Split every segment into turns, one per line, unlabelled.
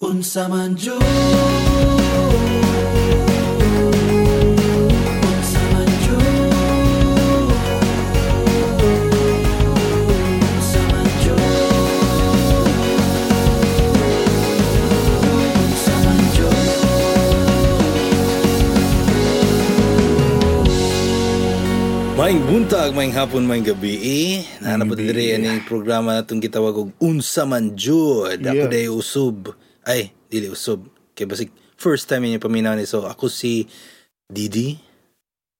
Unsa man jud Unsa man jud Unsa man jud Unsa man jud
Maayong buntag, maayong hapon, maayong gabi. Eh. Nana po
Gabi. ah.
diri ang programa natong gitawag og Unsa man jud. Ako
Yeah.
day usob. Ay, dili usob. Kay basig first time niya paminaw ni so ako si Didi.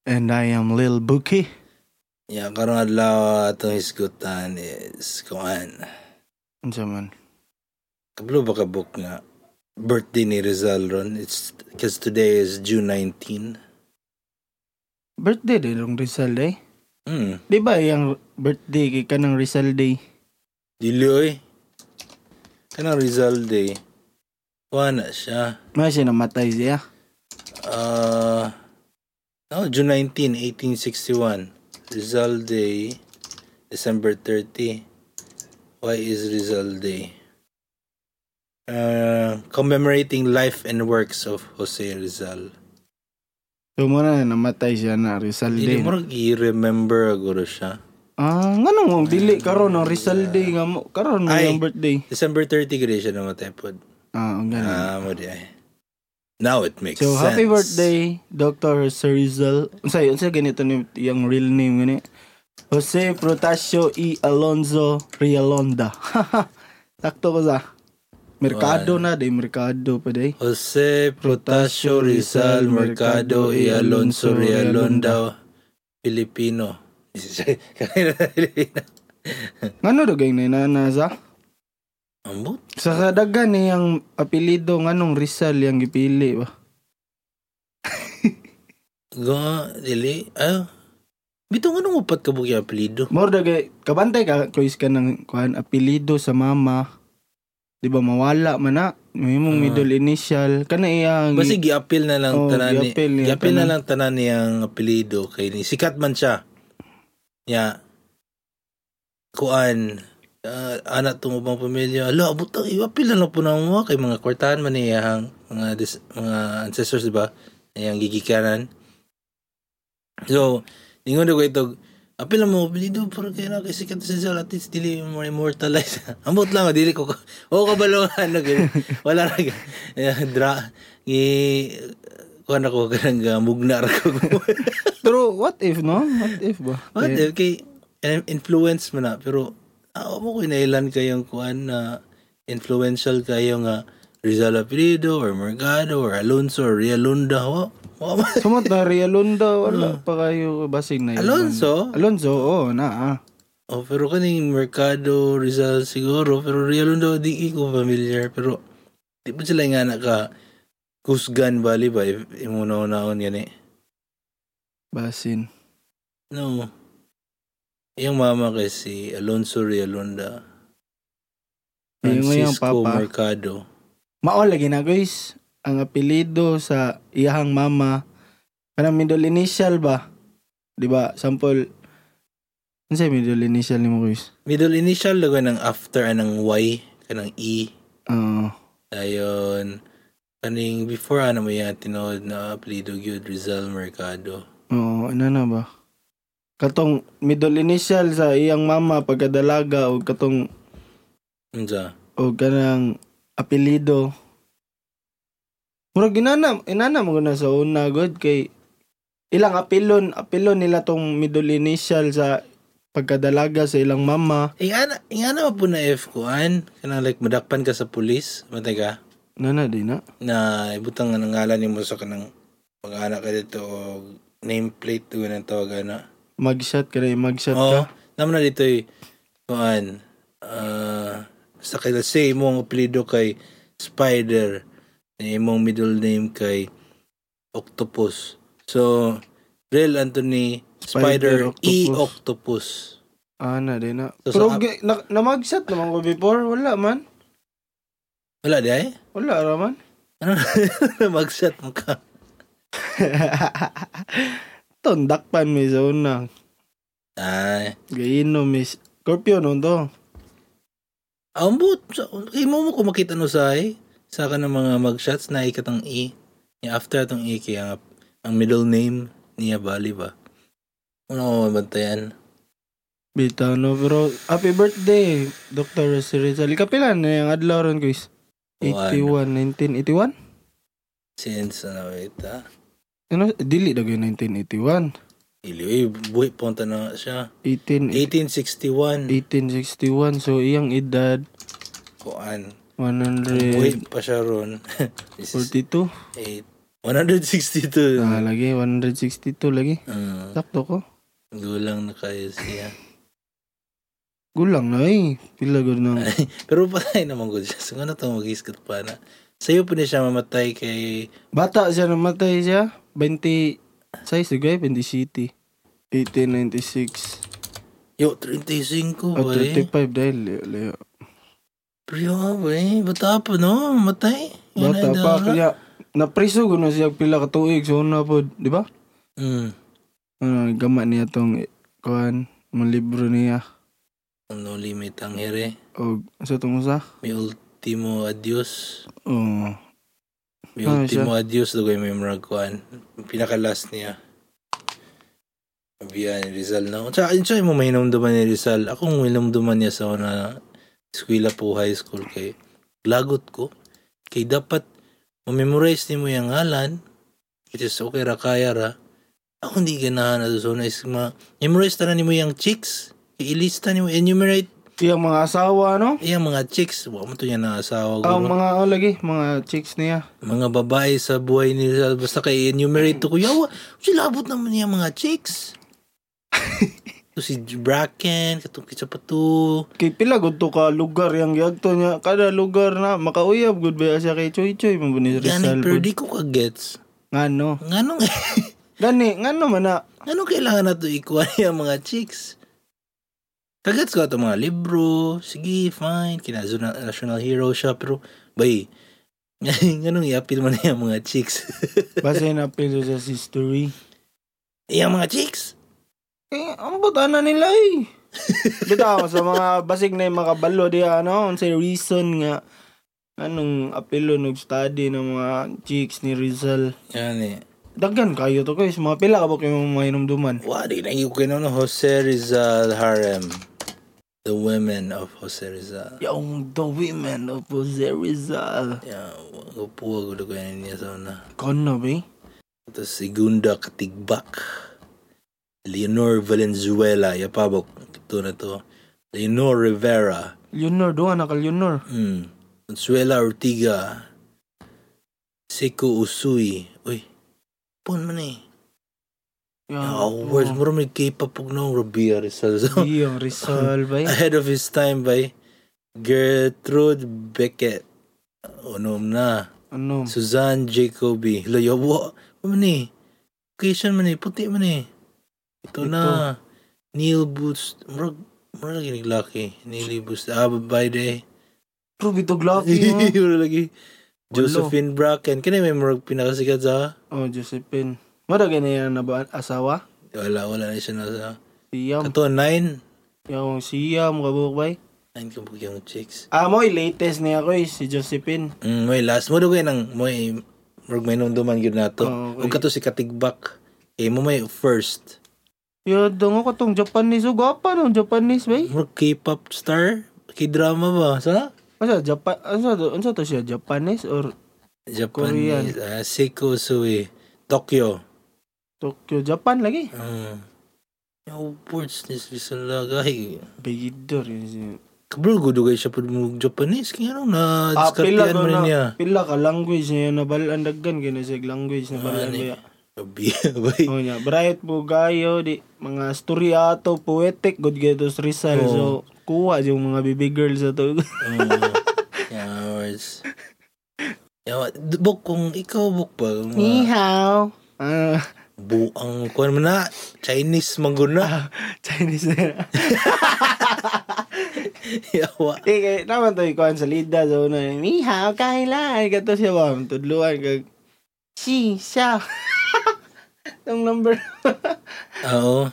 And I am Lil Buki.
Ya, karong adlaw atong hisgutan is kuan.
Unsa man?
Kablo ba ka book nga birthday ni Rizal ron? It's cause today is June 19.
Birthday day dong Rizal Day.
Hmm.
Di ba yung birthday kay kanang Rizal Day?
Dili oy. Kanang Rizal Day. Kuan na siya.
Mga siya namatay siya.
Uh, no, June 19, 1861. Rizal Day, December 30. Why is Rizal Day? Uh, commemorating life and works of Jose Rizal.
So mo na namatay siya na Rizal
Hindi
Day.
mo rin i-remember aguro siya.
Ah, nga nang mo, dili karon no Rizal Day nga mo. Karon mo
Ay.
yung birthday.
December 30 gano'n siya namatay po.
Ah, ang ganun.
Ah, mo di ay. Now it makes
so,
sense.
happy birthday, Dr. Sir Rizal. Unsay, unsay ganito ni yung real name gani? Jose Protasio E. Alonzo Rialonda. Takto ko sa. Merkado na, day merkado pa day.
Jose Protasio Rizal Mercado y Alonso Rialonda Filipino.
Ngano do gay na sa?
Ambot?
Sa kadagan ni ang apelido nganong Rizal yang gipili ba?
Ga, dili. Ah. Bitong anong upat ka buki apelido?
More dagay kabantay ka choice ka ng kuan apelido sa mama. 'Di ba mawala man na? May mong
Ah.
middle initial Kan kana iyang
Basi giapil na lang
Oo,
tanan ni.
oh, giapil niya,
Giapil na
tanan.
lang tanan niyang apelido kay ni sikat man siya. Ya. Kuan ah, anak tong ubang pamilya. Ala, butang iapil na lang po na mo kay mga kwartahan man niyang mga dis, mga ancestors di ba? Niyang gigikanan. So, ningon ko ito Apil na mo apelido pero kay na kay sikat sa Rizal at least dili mo immortalize. Ambot lang ah, dili ko. ka- Oo kabalo ano gyud. Wala ra gyud. Eh, dra gi kuan ako kanang ah, mugna ra ko.
Pero what if no? What if ba?
What if
Eh,
kay eh, influence mo na pero ah, mo ko inailan kayong kuan na influential kayo nga Rizal Apelido or Mercado or Alonso or Rialunda. Wa, wa man.
Sumot na Rialonda wala pa kayo basig na yun.
Hmm. Alonso?
Alonso oo na ah.
Oh, pero kaning Mercado Rizal siguro, pero Rialunda di ko familiar, pero di po sila nga naka Kusgan Valley ba? Imuna naon yan eh.
Basin.
No. Yung mama kasi, Alonso Rialunda.
Yung yung
Francisco
papa.
Mercado.
Mao lagi na guys ang apelido sa iyahang mama kanang middle initial ba? 'Di ba? Sample Unsay middle initial nimo guys?
Middle initial lago ng after anang Y, kanang E.
Ah.
Ayon. Kaning before ano mo yan, tinood na apelido yun, Rizal Mercado.
Oo, ano na ba? Katong middle initial sa iyang mama pagkadalaga o katong
Unsa?
o kanang apelido. Murag inana, inana mo na sa una god kay ilang apilon, apilon nila tong middle initial sa pagkadalaga sa ilang mama.
Ingana, ingana mo po na F kuan, kanang like madakpan ka sa pulis, matay ka,
Nana di na.
na ibutang nga ngalan ni mo sa kanang pag-anak ka dito o nameplate o ganang tawag ano? na.
Magshot ka rin, magshot ka.
Oo. Naman na dito eh. Kuan. ah, sa kay say imong apelyido kay Spider. na Imong middle name kay Octopus. So, real Anthony Spider,
Spider,
E
Octopus.
Octopus.
Ana di Ah, na.
So,
Pero
sa-
gi- na, na magshot naman ko before, wala man.
Wala di ay?
Wala raman.
Ano mag-shot mo ka?
Tondak pa mi sa una.
Ay.
Gayino, oh, Miss. Scorpio, no, to.
Ambot. Imo mo ko makita no sa ay. sa ka ng mga mugshots na ikatang E. Niya after atong E kaya nga ang middle name niya Bali ba? Ano ko mabantayan?
Bitaw no bro. Happy birthday, Dr. Si Rizal. Kapilan na yung adlaw ron, guys.
Oh, ano?
81, 1981?
Since ano wait ah.
Ano? Dili na yun, 1981.
Ili, eh, buhi punta na nga siya.
18,
1861.
1861. So, iyang edad,
Kuan. Buhi
142.
pa siya ron. This is 8. 162.
Ah, lagi, 162 lagi.
Ah,
Sakto ko.
gulang na kayo siya.
Gulang na eh. Pila gud nang.
Pero patay naman ko siya. So, ano itong mag-iskat pa na? Sa'yo pa niya siya mamatay kay...
Bata siya namatay siya. 20 size guy, 20 city. 1896.
Yo, 35
O,
ba eh?
35 dahil. Leo, leo.
Pero ah, ba eh? Bata pa no? Matay? Yun
Bata
ay
pa
dara.
kaya napriso ko na siya pila ka tuig so na pod, di Ah, ba?
Mm.
Ano gama niya tong kuan mga libro niya
No limit ang here.
o sa tong usa.
May ultimo adios.
Oh,
May
Ah,
ultimo adios. Lugay may murag kuan. Pinaka last ah. niya. Abiyan ni Rizal na. Tsaka, yun siya yung mahinomduman ni Rizal. Akong mahinomduman niya sa una eskwela po high school kay lagot ko. Kay dapat mamemorize ni mo yung ngalan. It is okay ra kaya ra. Ako hindi ganahan na so na is ma memorize na ni mo yung chicks. Ilista ni mo enumerate
iyang mga asawa no?
Iyang mga chicks, wa mo to yan ang asawa ko.
Ang mga oh, lagi mga chicks ah. niya.
mga babae sa buhay ni Rizal, basta kay enumerate to ko, yawa, silabot naman niya mga chicks. to si Bracken, katong kisa pa to.
Kay pila gud to ka lugar yang giadto niya. Kada lugar na makauyab gud ba siya kay Choy Choy man ni
Gani, eh,
Rizal.
pero
pod.
di ko ka-gets.
Ngano?
Ngano,
Gani, ngano man na
ngano kailangan na to ikuha niya mga chicks? Kagets ko ito mga libro, sige, fine, kinazo na national hero siya, pero, bay, nganong i-appeal mo na yung mga chicks?
base na pilo sa history.
Iyang mga chicks?
Eh, ang butana nila eh. Bitaw sa mga basig na yung makabalo di ano, unsay reason nga anong apelo nag study ng mga chicks ni Rizal.
Yan eh.
Daghan kayo to guys, mga pila ka ba kayo mga hinumduman?
Wari na yung kinuno Jose Rizal Harem. The women of Jose Rizal.
Yung the women of Jose Rizal.
Yeah, upo ako na kaya niya sa una.
Kono ba?
Tapos si Gunda Katigbak. Leonor Valenzuela, yapabok. Ito na to. Leonor Rivera.
Leonor, doon na ka Leonor.
Mm. Consuela Ortiga. Seiko Usui. Uy, pun man eh.
Ah,
Oh, words. Muro may K-pop pag nung Rabia Rizal. So,
Yung Rizal ba?
Ahead of his time by Gertrude Beckett. Unom na.
Ano?
Suzanne Jacoby. Layawa. Ano man eh? Occasion man eh. Puti man eh. Ito,
Ito.
na. Neil Boots. Murag, murag lagi naglaki. Neil Boots. Ah, by day.
Bro, bitog laki oh.
Murag lagi. Josephine Bracken. Kani may murag pinakasikat sa?
Oh, Josephine. Mara ganyan na ba asawa?
Wala, wala na siya nasa.
Siyam.
Ito, nine.
Yung siyam, kabuk bay.
Nine kabog yung chicks.
Ah, mo, latest niya ko eh, si Josephine.
Mm, may last mo dugay nang may murag may nunduman gyud nato.
Oh, okay.
Ug kato si Katigbak. Eh mo may first.
Yun, dungo ko tong Japanese. Oh, gwapa nung Japanese, bay.
Murag K-pop star, K-drama ba sa?
Asa, Japan, asa, to- asa to siya? Japanese or
Japanese, ah, Seiko Sui, Tokyo.
Tokyo, Japan lagi?
Mm. Yung words ni Rizal Lagay.
Bigidor eh, yun siya.
Kabro ko dugay siya pud mo Japanese kaya nung na
Ah,
diskartian
pila ko
mo rin
na,
niya.
pila ka language niya na balaan daggan, gano'n siya, language na balaan
Ano
niya.
Sabi, bay.
Oh, niya, bright po gayo, di, mga storyato, poetic, good gito
Oh.
Rizal. gitu, So, kuha yung mga baby girls sa to.
Mm. Yeah, words. Yawa, buk kung ikaw buk ba? mga-
Ni hao. Ah,
buang kuan mo na Chinese mangguna
Ah. Chinese na.
yawa
Eh, kay, naman to ikuan sa lida sa una. Ni hao, kaila. Ay, gato siya ba? Tudluan kag... Si, siya. Tong number. Ya,
oo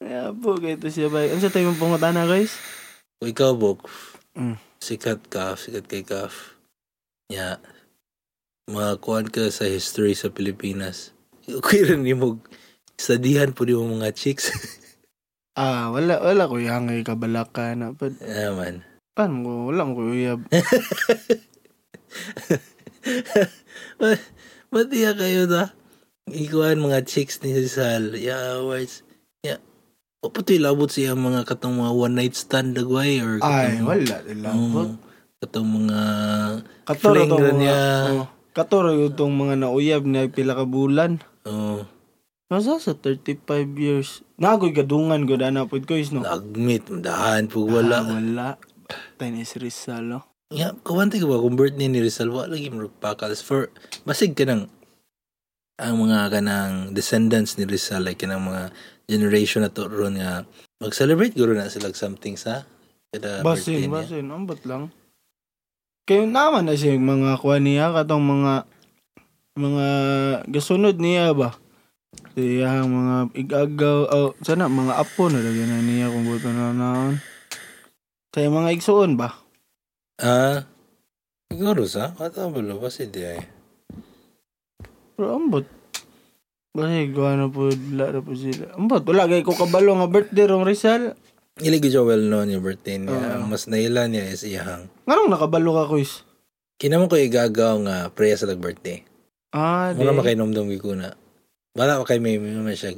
Kaya po, gato siya ba? Ano sa tayo mong pungutana, guys?
ikaw bok
Mm.
sikat ka sikat kay kaf nya makakuan ka sa history sa Pilipinas okay rin nimo studyhan po mo mga chicks
Ah, wala wala ko yung hangay kabalakan. ah, But
ah man
paano ko wala ya- mo ko uyab.
Ba- ba't iya kayo ta ikuan mga chicks ni Rizal yeah awards yeah o pati labot siya mga katong mga one night stand dagway or
Ay,
katong-
wala dilabot.
Oo. katong mga
Katuro
Fling
to
rin
mga-
niya.
oh, katuro yung tong mga nauyab na pila ka bulan.
oh,
Nasa sa 35 years. Nagoy gadungan ko na napod ko is no.
nagmit dahan po
Ah,
wala
wala. Tayo ni si Rizal, oh.
Yeah, kawante ka ba kung birthday ni Rizal wala lagi pakals for basig ka ng ang mga kanang descendants ni Rizal like kanang mga generation na to ron nga mag-celebrate guro na sila og something sa kada birthday
Basin,
niya.
basin. Ambot lang. Kayo naman na siya yung mga kuha niya katong mga mga gasunod niya ba? Siya ang mga igagaw. Oh, sana mga apo na lagi na niya kung buto na naon. Sa iyang mga igsuon ba?
Ah, siguro sa kata ba lo basid di ay.
Pero ambot. Kasi gawa na po, wala na po sila. Ambot, wala gay ko kabalo nga birthday rong Rizal.
Ili gyud siya well known yung birthday niya.
Oo.
Ang mas naila niya is iyahang.
Ngarong nakabalo ka, Kuis?
Kinamo ko igagaw nga preya sa tag birthday.
Ah, di.
Wala makainomdom gyud ko na. Wala kay may may man siya.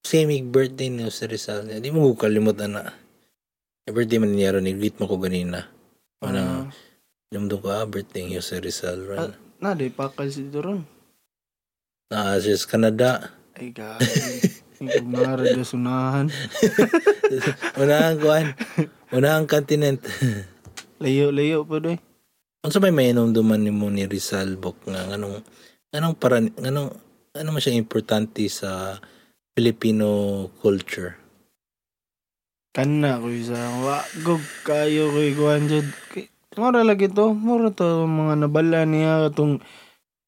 Same yung birthday ni Jose Rizal. niya. Di mo ko kalimutan na. Yung birthday man niya ron, i-greet mo ko ganina.
Ah,
Ano, dumdum ko, ah, birthday ni Jose Rizal. Ron.
na, di pakal si Doron.
Ah, siya sa Canada.
Ay, gabi. Ikaw na radyo sunahan.
Unahang kuan. Unahang continent.
Layo, layo po doy.
Kung sabay may inumduman ni mo ni Rizal Bok nga, anong, anong paran, anong, ano man siyang importante sa Filipino culture?
Kana ko isa. Wagog kayo kay Kuan Jod. Kay- Mura lagi to. Mura to mga nabala niya. Itong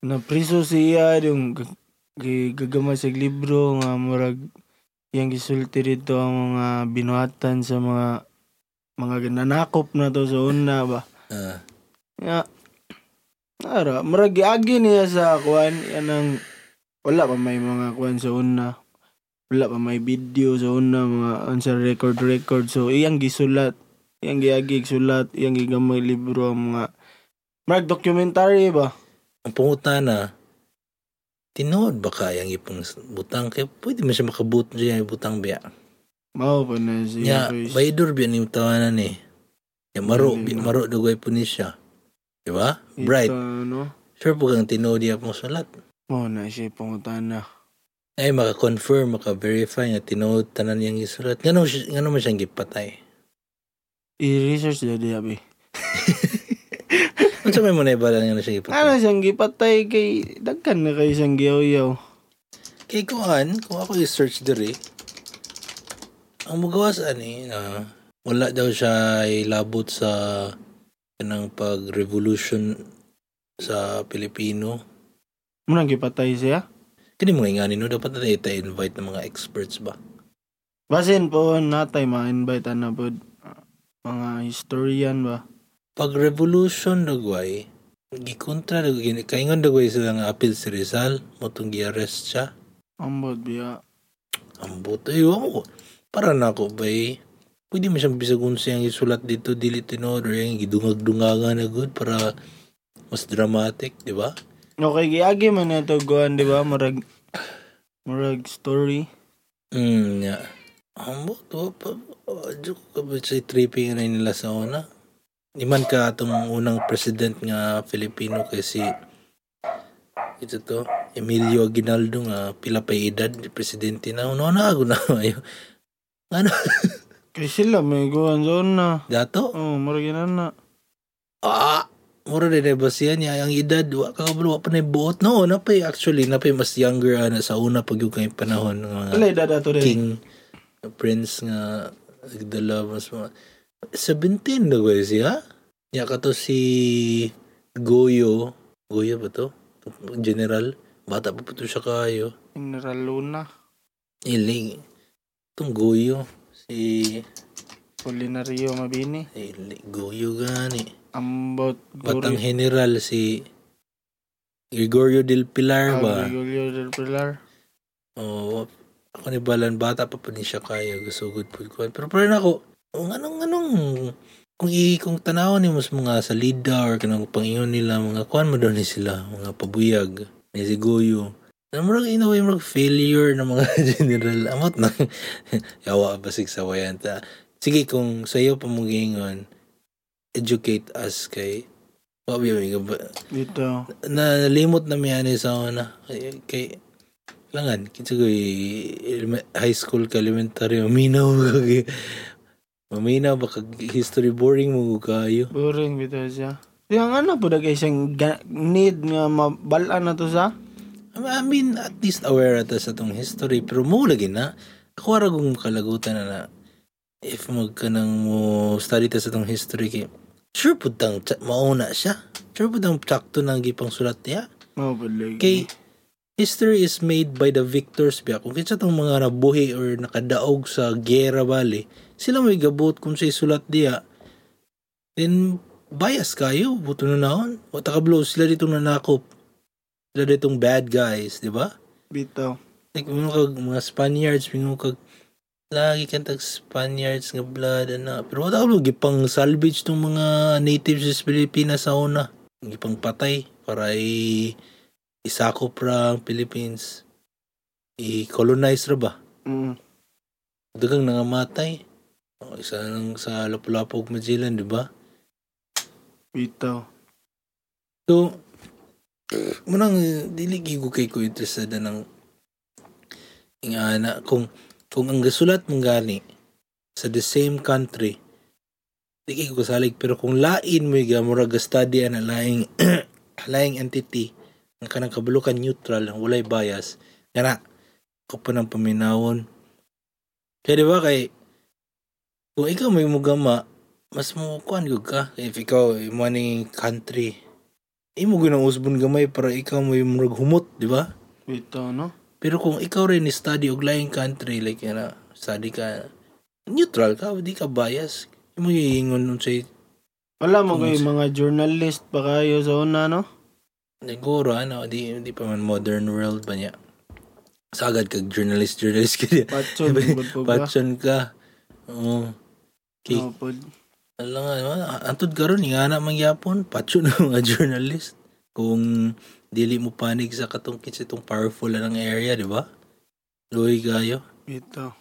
napriso siya. Yung g- gi- gagama sa libro. Nga murag yung gisulti rito ang mga binuhatan sa mga mga nanakop na to sa una ba.
Ah,
Ya. Ara, maragiagi niya sa kuan yan ang wala pa may mga kuan sa una. Wala pa may video sa una mga answer record record so iyang gisulat. Iyang giagi sulat, iyang gigamay libro ang mga Marag documentary ba?
ang pungutan na, tinood ba kaya ang ipong butang? Kaya pwede mo siya makabut diya yung butang biya.
Mao pa na
Ya,
siya. guys.
bayidor biya niyong tawanan eh. Ya, maro,
Hindi
bi-
na.
maro dugay po ni siya. Diba?
Ito,
Bright.
ano?
Sure po kang tinood niya pong sulat.
Mao na siya pangutan na.
Ay, maka-confirm, maka-verify nga tinood tanan niyang isulat. Ngano, siya- ngano man siyang gipatay?
I-research na diya be.
Ano sa may muna ibala nga na siya
Ano
ipatay?
siyang gipatay kay dagkan na kay siyang giyaw
Kay Kuan, kung ako i-search diri, ang magawas ani, na wala daw siya ilabot sa kanang pag-revolution sa Pilipino.
Muna gipatay siya.
Kani mga ingani no, dapat na tayo invite ng mga experts ba?
Basin po natay ma-invite na po uh, mga historian ba.
Pag revolution dagway, gikontra dagway, kaingon dagway sila nga appeal si Rizal, motong gi-arrest siya.
Ambot biya.
Ang buto yun ako. Para na ako ba eh. Pwede mo siyang bisagun siyang isulat dito, dili tinod, or yung gidungag-dungaga na good para mas dramatic, di ba?
Okay, giagi man na ito guan, di ba? Murag, murag story.
Hmm, ya. Ang buto, pa, oh, joke ka ba sa tripping na nila sa una? Di man ka itong unang president nga Filipino kasi ito to, Emilio Aguinaldo nga pila pa edad, presidente na, una-una ako na. ano,
Kay sila may guan doon na.
dato?
Oh, murag yun na.
Ah, mura din eh ba siya niya? Ang edad, wa ka kabalo, wa pa na yung buot. No, na pa eh, actually, na pa eh, mas younger ana sa una pag yung kay panahon ng mga
Wala yung dada to rin.
Ah, king, prince nga, nagdala, mas mga, 17 na ba siya? Niya ka to si Goyo, Goyo ba to? General, bata pa po to siya kayo.
General Luna.
Iling, itong Goyo, si,
Culinario Mabini.
Iling, Goyo gani.
Ambot
Batang General si Gregorio del Pilar ba?
Ah, Gregorio del Pilar.
Oo. Ako ni Balan, bata pa pa ni siya kaya. Gusto good food ko. Pero parang ako, kung anong, anong, kung, i, kung tanaw ni mas mga salida or kanang pangingon nila, mga kuan mo daw ni sila, mga pabuyag, ni siguyo. Na murag in a way, murag failure ng mga general. Amot na. Yawa ba sigsawayan ta. Sige, kung sa iyo pa mong giingon, educate us kay Wabi ba?
Dito.
nalimot na miyan sa ako na kay, kay langan kinsa ko high school ka elementary maminaw ka kay- maminaw ba kag history boring mo kayo
Boring bitaw siya. Yung ano po dagay siyang ga- need nga mabalaan na to sa?
I mean at least aware ata sa tong history pero mo lagi na ako ra kung kalagutan na na if magkanang mo study ta sa tong history kay sure putang tsa- mauna siya sure putang tsakto nang gipang sulat niya
Mabalig.
Kay history is made by the victors biya. Kung kinsa tong mga nabuhi or nakadaog sa gera bali, sila may gabot kung sa isulat diya. Then bias kayo, buto na naon. Wa ta ka blow sila dito nanakop. Sila ditong bad guys, di ba?
Bitaw.
Like, mga, kag, mga Spaniards, mga kag, lagi kang tag Spaniards nga blood, ana. Pero wala ko, gipang salvage tong mga natives sa Pilipinas sa una. Gipang patay para i isakop ra ang Philippines. I-colonize ra ba?
Mm.
Dagang nangamatay. O, Isa lang sa Lapu-Lapu ug Magellan, di ba?
Bitaw.
So, munang eh, dili gigo kay ko interested na ng ingana kung kung ang gasulat mong gani sa the same country di kay ko salig pero kung lain mo yung murag study na laing laing entity ang kanang kabulukan neutral ang walay bias kana ko pa ng paminawon kaya di ba kay kung ikaw may mugama mas mo kuan gyud ka if ikaw eh, mo ning country imo ginang usbon gamay para ikaw mo yung murag humot, di ba?
Bitaw, no?
Pero kung ikaw rin study og laing country like na study ka neutral ka, di ka bias. Imo yung nun sa
Wala mo
Tungod
kayo
sa-
mga journalist pa kayo sa una, no?
siguro ano, di di pa man modern world ba niya. Sagad kag journalist journalist ka niya.
Patson, bukod po ba?
Patson ka. Oo. Kay
No, pod.
Alam nga, ano, antod karon nga na mangyapon, patso na mga journalist. Kung dili mo panig sa katungkit sa itong powerful na ng area, di ba? Luwi kayo.
Bitaw.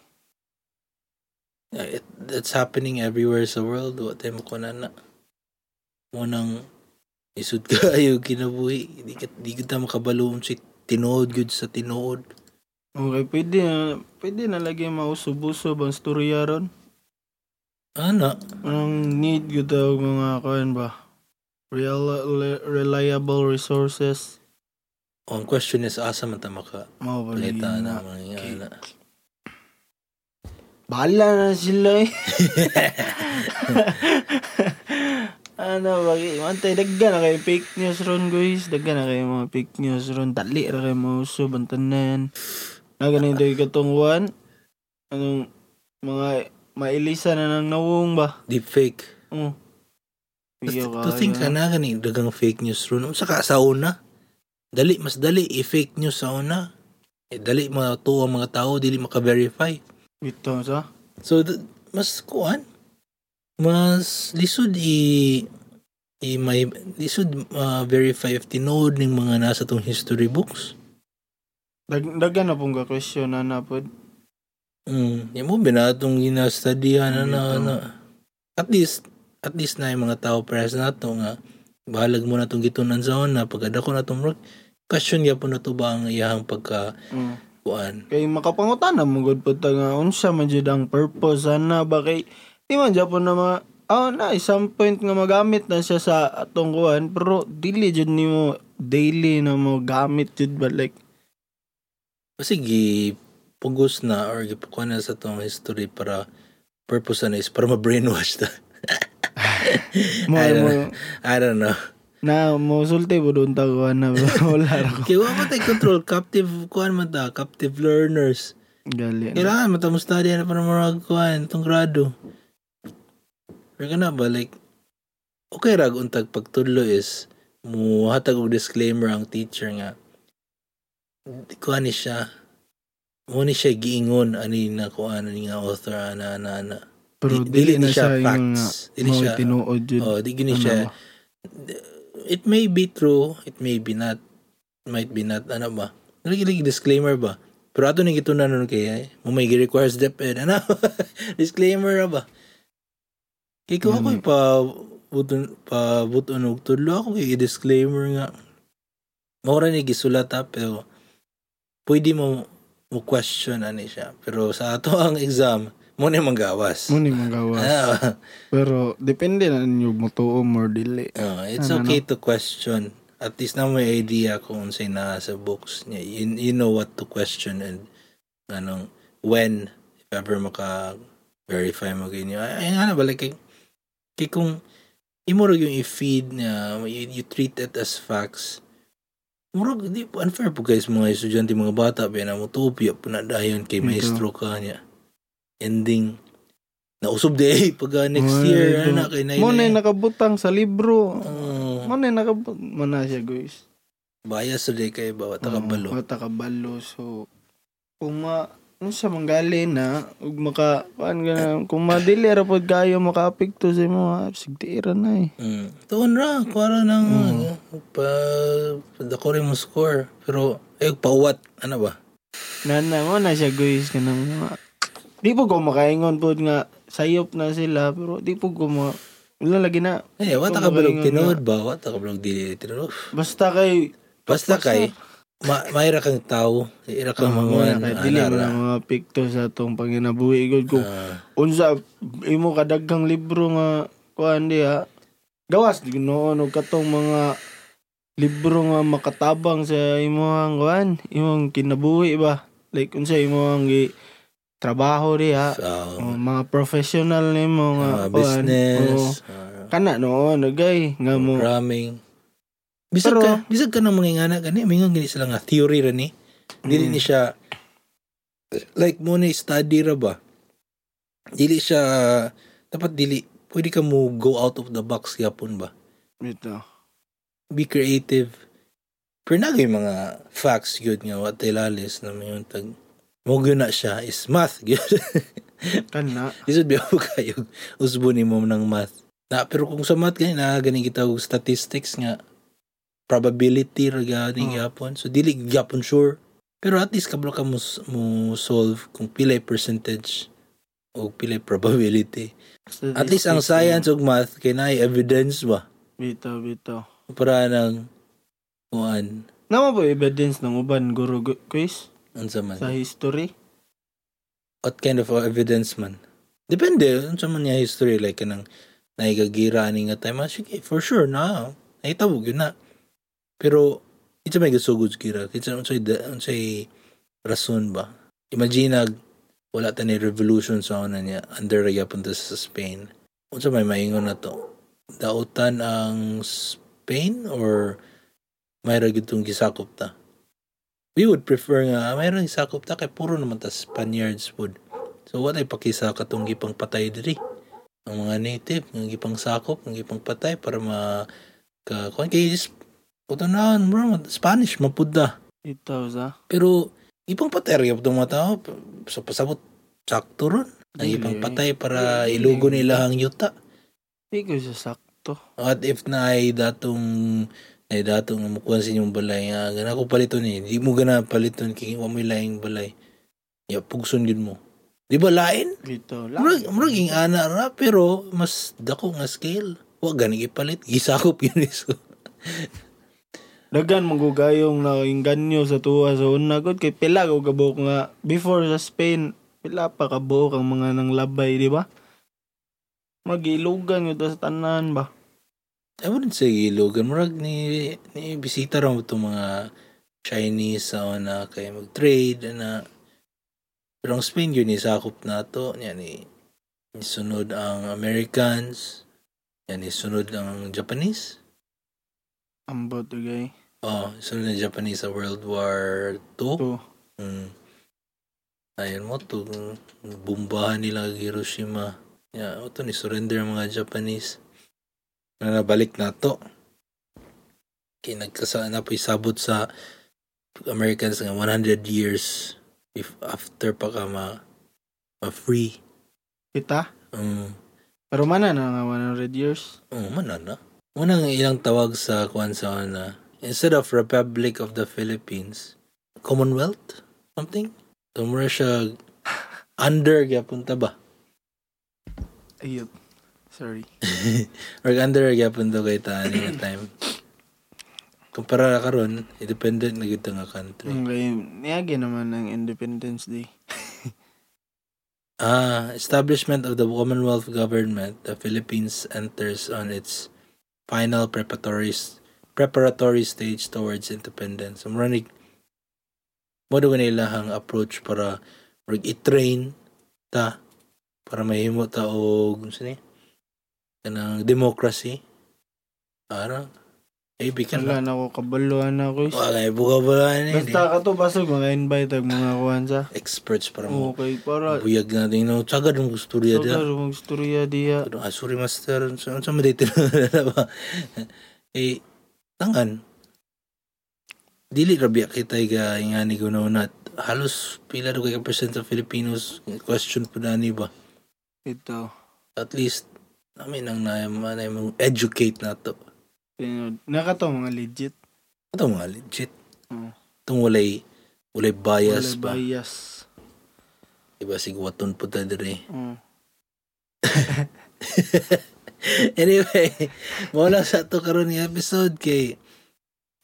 It, that's happening everywhere sa world. What time ko na na. Munang isud kayo kinabuhi. Di, ka- di kita makabaloom si tinood good sa tinood.
Okay, pwede na, pwede na lagi mausob-usob ang storya ron.
Ano?
Ang need ko daw mga kain ba? Real, le- reliable resources.
Oh, ang question is, asa man ta
Mawalitan
makapalitan
na.
ang mga ana?
Bahala na sila eh. ano ba? Antay, daggan na kayo fake news ron guys. Daggan na kayo mga fake news ron. Dali na kayo mga uso. Bantan na yan. Naganin tayo katungwan. Anong mga mailisa na ng nawong ba?
Deepfake.
Oh. Bigyan
To
ka
think ka
kayo.
na gani dagang fake news ron. Unsa ka sa una? Dali mas dali i-fake news sa una. Eh, dali mga tuwa mga tao dili maka-verify.
Ito sa?
So th- mas kuan mas lisod i i may lisod ah, verify if tinood ning mga nasa tong history books.
Dag- Daghan na pong ka-question na napod.
Mm, yung mo binatong ginastudyhan na na,
Bitaw.
na at least at least na yung mga tao press na to nga balag mo na tong gitunan sa una pagkadako na tong work question ya po na to ba ang iyahang pagka
Mm.
kuan
Kay makapangutan na mo gud pud ta nga unsa man jud ang purpose ana ba kay di man Japon na mga oh na isang point nga magamit na siya sa atong kuan pero dili jud nimo daily na mo gamit jud ba like
kasi gi pugos na or gipukuan na sa tong history para purpose na is para ma-brainwash ta.
mo
I don't
mo
know. I don't know.
na mo sulti po doon ta kuan na wala ra ko
Kaya wala tayo control captive kuan man ta, captive learners.
gali na.
Kailangan matapos study na para marag kuan tong grado. Pero ka na ba like okay rag untag pagtudlo is muhatag og disclaimer ang teacher nga kuha ni siya mo ni siya giingon ani na kuha ni nga author ana ana ana
Pero
Di- dili
dili,
na
na
siya
siya yung nga,
facts. Dili
mo
siya-
tinuod yun.
oh di gini
Ano
siya
ba?
it may be true, it may be not, might be not, ano ba? Nagilig disclaimer ba? Pero ato nang ito na nun kaya, eh. mo may requires DepEd, ano? disclaimer ra ba? Kaya kung ako pa buton pa buton og tudlo ako kay disclaimer nga. Mao ra ni gisulat ha, pero pwede mo mo question ani siya. Pero sa ato ang exam, mo ni manggawas.
Muna yung magawas.
Ah.
Pero, depende na ninyo mutuom or dili.
Oh, it's
Ano,
okay to question. At least na may idea kung unsay na sa books niya. You, you know what to question and anong when if ever maka verify mo ganyo. Ay ay, ano ba like kay, kay kung imurog yung i-feed niya, you, you treat it as facts. Murag di unfair po guys mga estudyante mga bata ba na mutopia po na dayon kay
Ito.
maestro ka niya. Ending nausob di pag uh, next
Wala
year
ito.
ano na kay nay-
Muna yung nakabutang sa libro.
Oh.
Muna yung nakabutang. Muna eh, siya, guys.
Bias ulit kayo ba? Wata
Oo,
kabalo.
mata kabalo. So, kung ma... Ano siya manggali na, ug maka, kuan ka na, kung madili ra pod kayo makaapekto sa imo, ha, sigtira na eh.
Mm. Tuon ra, kuwara ng
Mm.
ano, pa, dako rin mo score. Pero, eh, pauwat, ano ba?
Nanango na siya guys kanang mga Di po ko makaingon po nga sayop na sila pero di po ko ma wala lagi na
Eh, wata
Kung
kabalog
makaingon
tinood ba? Wata kabalog dili tinood.
basta kay
Basta kay, ma mayra kang tao, ira kang
Mm, wala
manguan,
kay dili mo
anara.
na mga picto sa atong panginabuhi gud kung
Ah,
unsa imo kadaghang libro nga kuan di ha gawas di noon og katong mga libro nga makatabang sa imong kuan imong kinabuhi ba like unsa imong gi trabaho di ha
So,
Oh, mga professional ni mo nga
mga
kuan. Oo.
business, ah,
kana noon nagay nga mo
programming. Ano Bisag
Pero-
ka, bisag ka nang mangingana gani, mingon gani sila nga theory ra ni. Dili
Mm.
ni siya like mo ni study ra ba? Dili siya dapat dili pwede ka mo go out of the box yapon ba?
ito
Be creative. Pero na gyud mga facts gyud nga wa tay lalis na mayon tag mo gyud na siya is math gyud.
kana
Isod biya ko kayo usbo ni mo ng math. Na, pero kung sa math kani na gani kita og statistics nga probability ra gani
Oh.
gyapon. So dili gyapon sure. Pero at least kablo ka mo, mo solve kung pilay percentage o pilay probability. At least ang science ug math kay naay evidence ba
bito bito
para nang kuan
Nama po evidence ng uban guru gu- quiz
unsa man.
sa history?
what kind of uh, evidence man. Depende, unsa man niya history like kanang naigagira ani nga time, ah, sige, for sure na. Naitabog yun na. Pero it's may gasugod gira. It's unsa unsa rason ba? Imagine nag wala ta ni revolution sa una niya under ra punta sa Spain. Unsa may maingon na to? Dautan ang Spain or may ra gitong gisakop ta? we would prefer nga mayroon sakop ta kay puro naman ta Spaniards food. So what ay pakisa katong gipang patay diri. Ang mga native nga gipang sakop, nga gipang patay para ma ka kon kay is utonahan bro Spanish mapudda.
Ito sa
Pero ipang patay ra gyud mga tao so pasabot sakto ron. Ang ipang
Mm-hmm.
patay para ilugo nila ang yuta.
Di ko siya sakto.
At if na ay datong ay datong mukuha sa inyong balay nga gana ko paliton eh. Di mo gana paliton kay wa mo laing balay. Ya pugson gyud mo. Di ba lain?
Ito lang.
Murag murag ing ana ra pero mas dako nga scale. Wa gani gipalit. Gisakop yun iso.
Dagan manggugayong na inganyo sa tuwa sa una gud kay pila ko kabok nga before sa Spain pila pa kabok ang mga nang labay di ba? Magilugan yun sa tanan ba?
I wouldn't say ilogan. Murag ni, ni bisita ra mo itong mga Chinese sa na kay mag-trade na pero ang Spain yun isakop na to yan ni sunod ang Americans yan ni sunod ang Japanese
Ambot gay.
oh sunod ang Japanese sa World War II
To
mm. ayun mo to bumbahan nila ang Hiroshima yeah, ito ni surrender ang mga Japanese na nabalik nato kay nagkasaan na po isabot sa Americans nga 100 years if after pa ka ma, ma free
Kita?
um,
Pero mana na nga 100 years.
oh man na una nga ilang tawag sa kuan sa na instead of Republic of the Philippines Commonwealth something so mura siya under gyapon ta ba
Ayun. Sorry.
or under gyapon do kay taan nga time kumpara na karon independent na gyud ta nga country
Ang game. Niyagi naman ng Independence Day.
Ah, establishment of the Commonwealth government, the Philippines enters on its final preparatory preparatory stage towards independence. Ang ranig mo daw nila ang approach para rig i-train ta para mahimo ta og unsa ni kanang democracy. Ara, eh bikan
Wala
na.
na ako, kabaloan na ako. eh.
Wala buka wala ni.
Basta ka to, basag mga invite ang mga kuhan sa.
Experts para mo.
Okay, para.
Buyag natin no. Tsagad ang gusto
Sa
riya
ka magstorya diya.
Pero, ah, sorry master, saan saan mo dito ba? eh, tangan. Dili rabia kita ga ingani ko na halos pila do kay ka percent sa Filipinos question po na ni ba?
Ito.
At least namin ang na na educate nato.
Tinod. Nakato, mga legit.
Ito mga legit.
Mm.
Itong walay walay bias
Wala
ba?
bias.
Iba sigwaton po eh. ta dire.
Mm.
anyway, mawala sa ato karon nga episode kay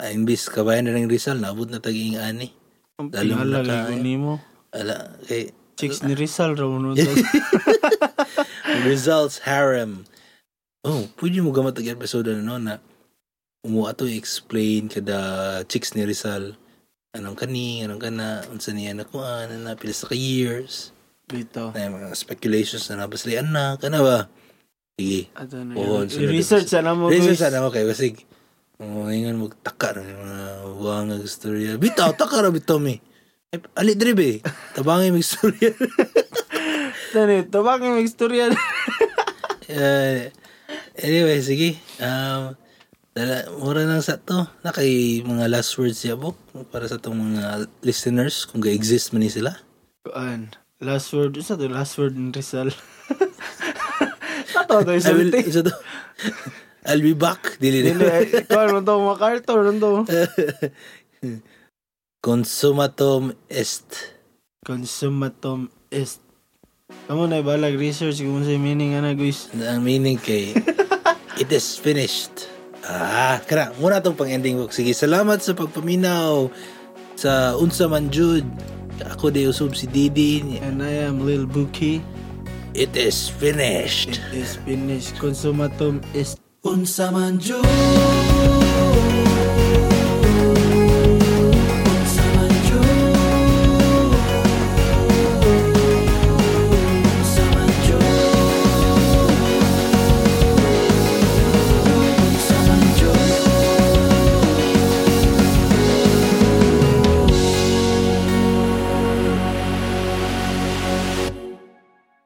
ah, imbis kabayan na ng Rizal naabot na taging ani.
Ang
Lalo mo
pinala
nakain.
kayo ni mo.
Ala, kay
Chicks ni Rizal raw no.
results harem. Oh, pwede mo gamat ang episode na no na umuha to explain kada chicks ni Rizal. Anong kani, anong kana, unsa niya nakuha, ano na, pila sa ka years.
Dito.
Na yung mga speculations na nabas liyan na, kana ba? Sige.
Ato na
Oo,
yun.
sunod.
Research sana
Oh,
mo.
Research
guys.
sana mo kayo kasi oh, ingon mo taka na yung mga buwang nga istorya. Bitaw, taka ra bitaw mi. Ay, Ali dribe. Tabangay mi istorya.
Tani, tabak yung istorya.
Eh, anyway, sige. Um, dala, mura lang sa to. Na kay mga last words ya, Bok. Para sa tong mga listeners, kung ga-exist man ni sila.
Kuan. Last word. Isa to last word ni Rizal. Ato to
I will,
isulti.
isa to. I'll be back. Dili
Dili.
na.
eh, Kuan mo to mga karton. Ano to?
Consumatum est.
Consumatum est. Kamu na ibalag research kung sa meaning ana guys.
Ang meaning kay, it is finished. Ah, kara. Muna tong pang-ending, Bok. Sige, salamat sa pagpaminaw sa Unsa Man Jud. Ako de usub si Didi.
And I am Lil Buki.
It is finished.
It is finished. Consumatum est.
Unsa man Jud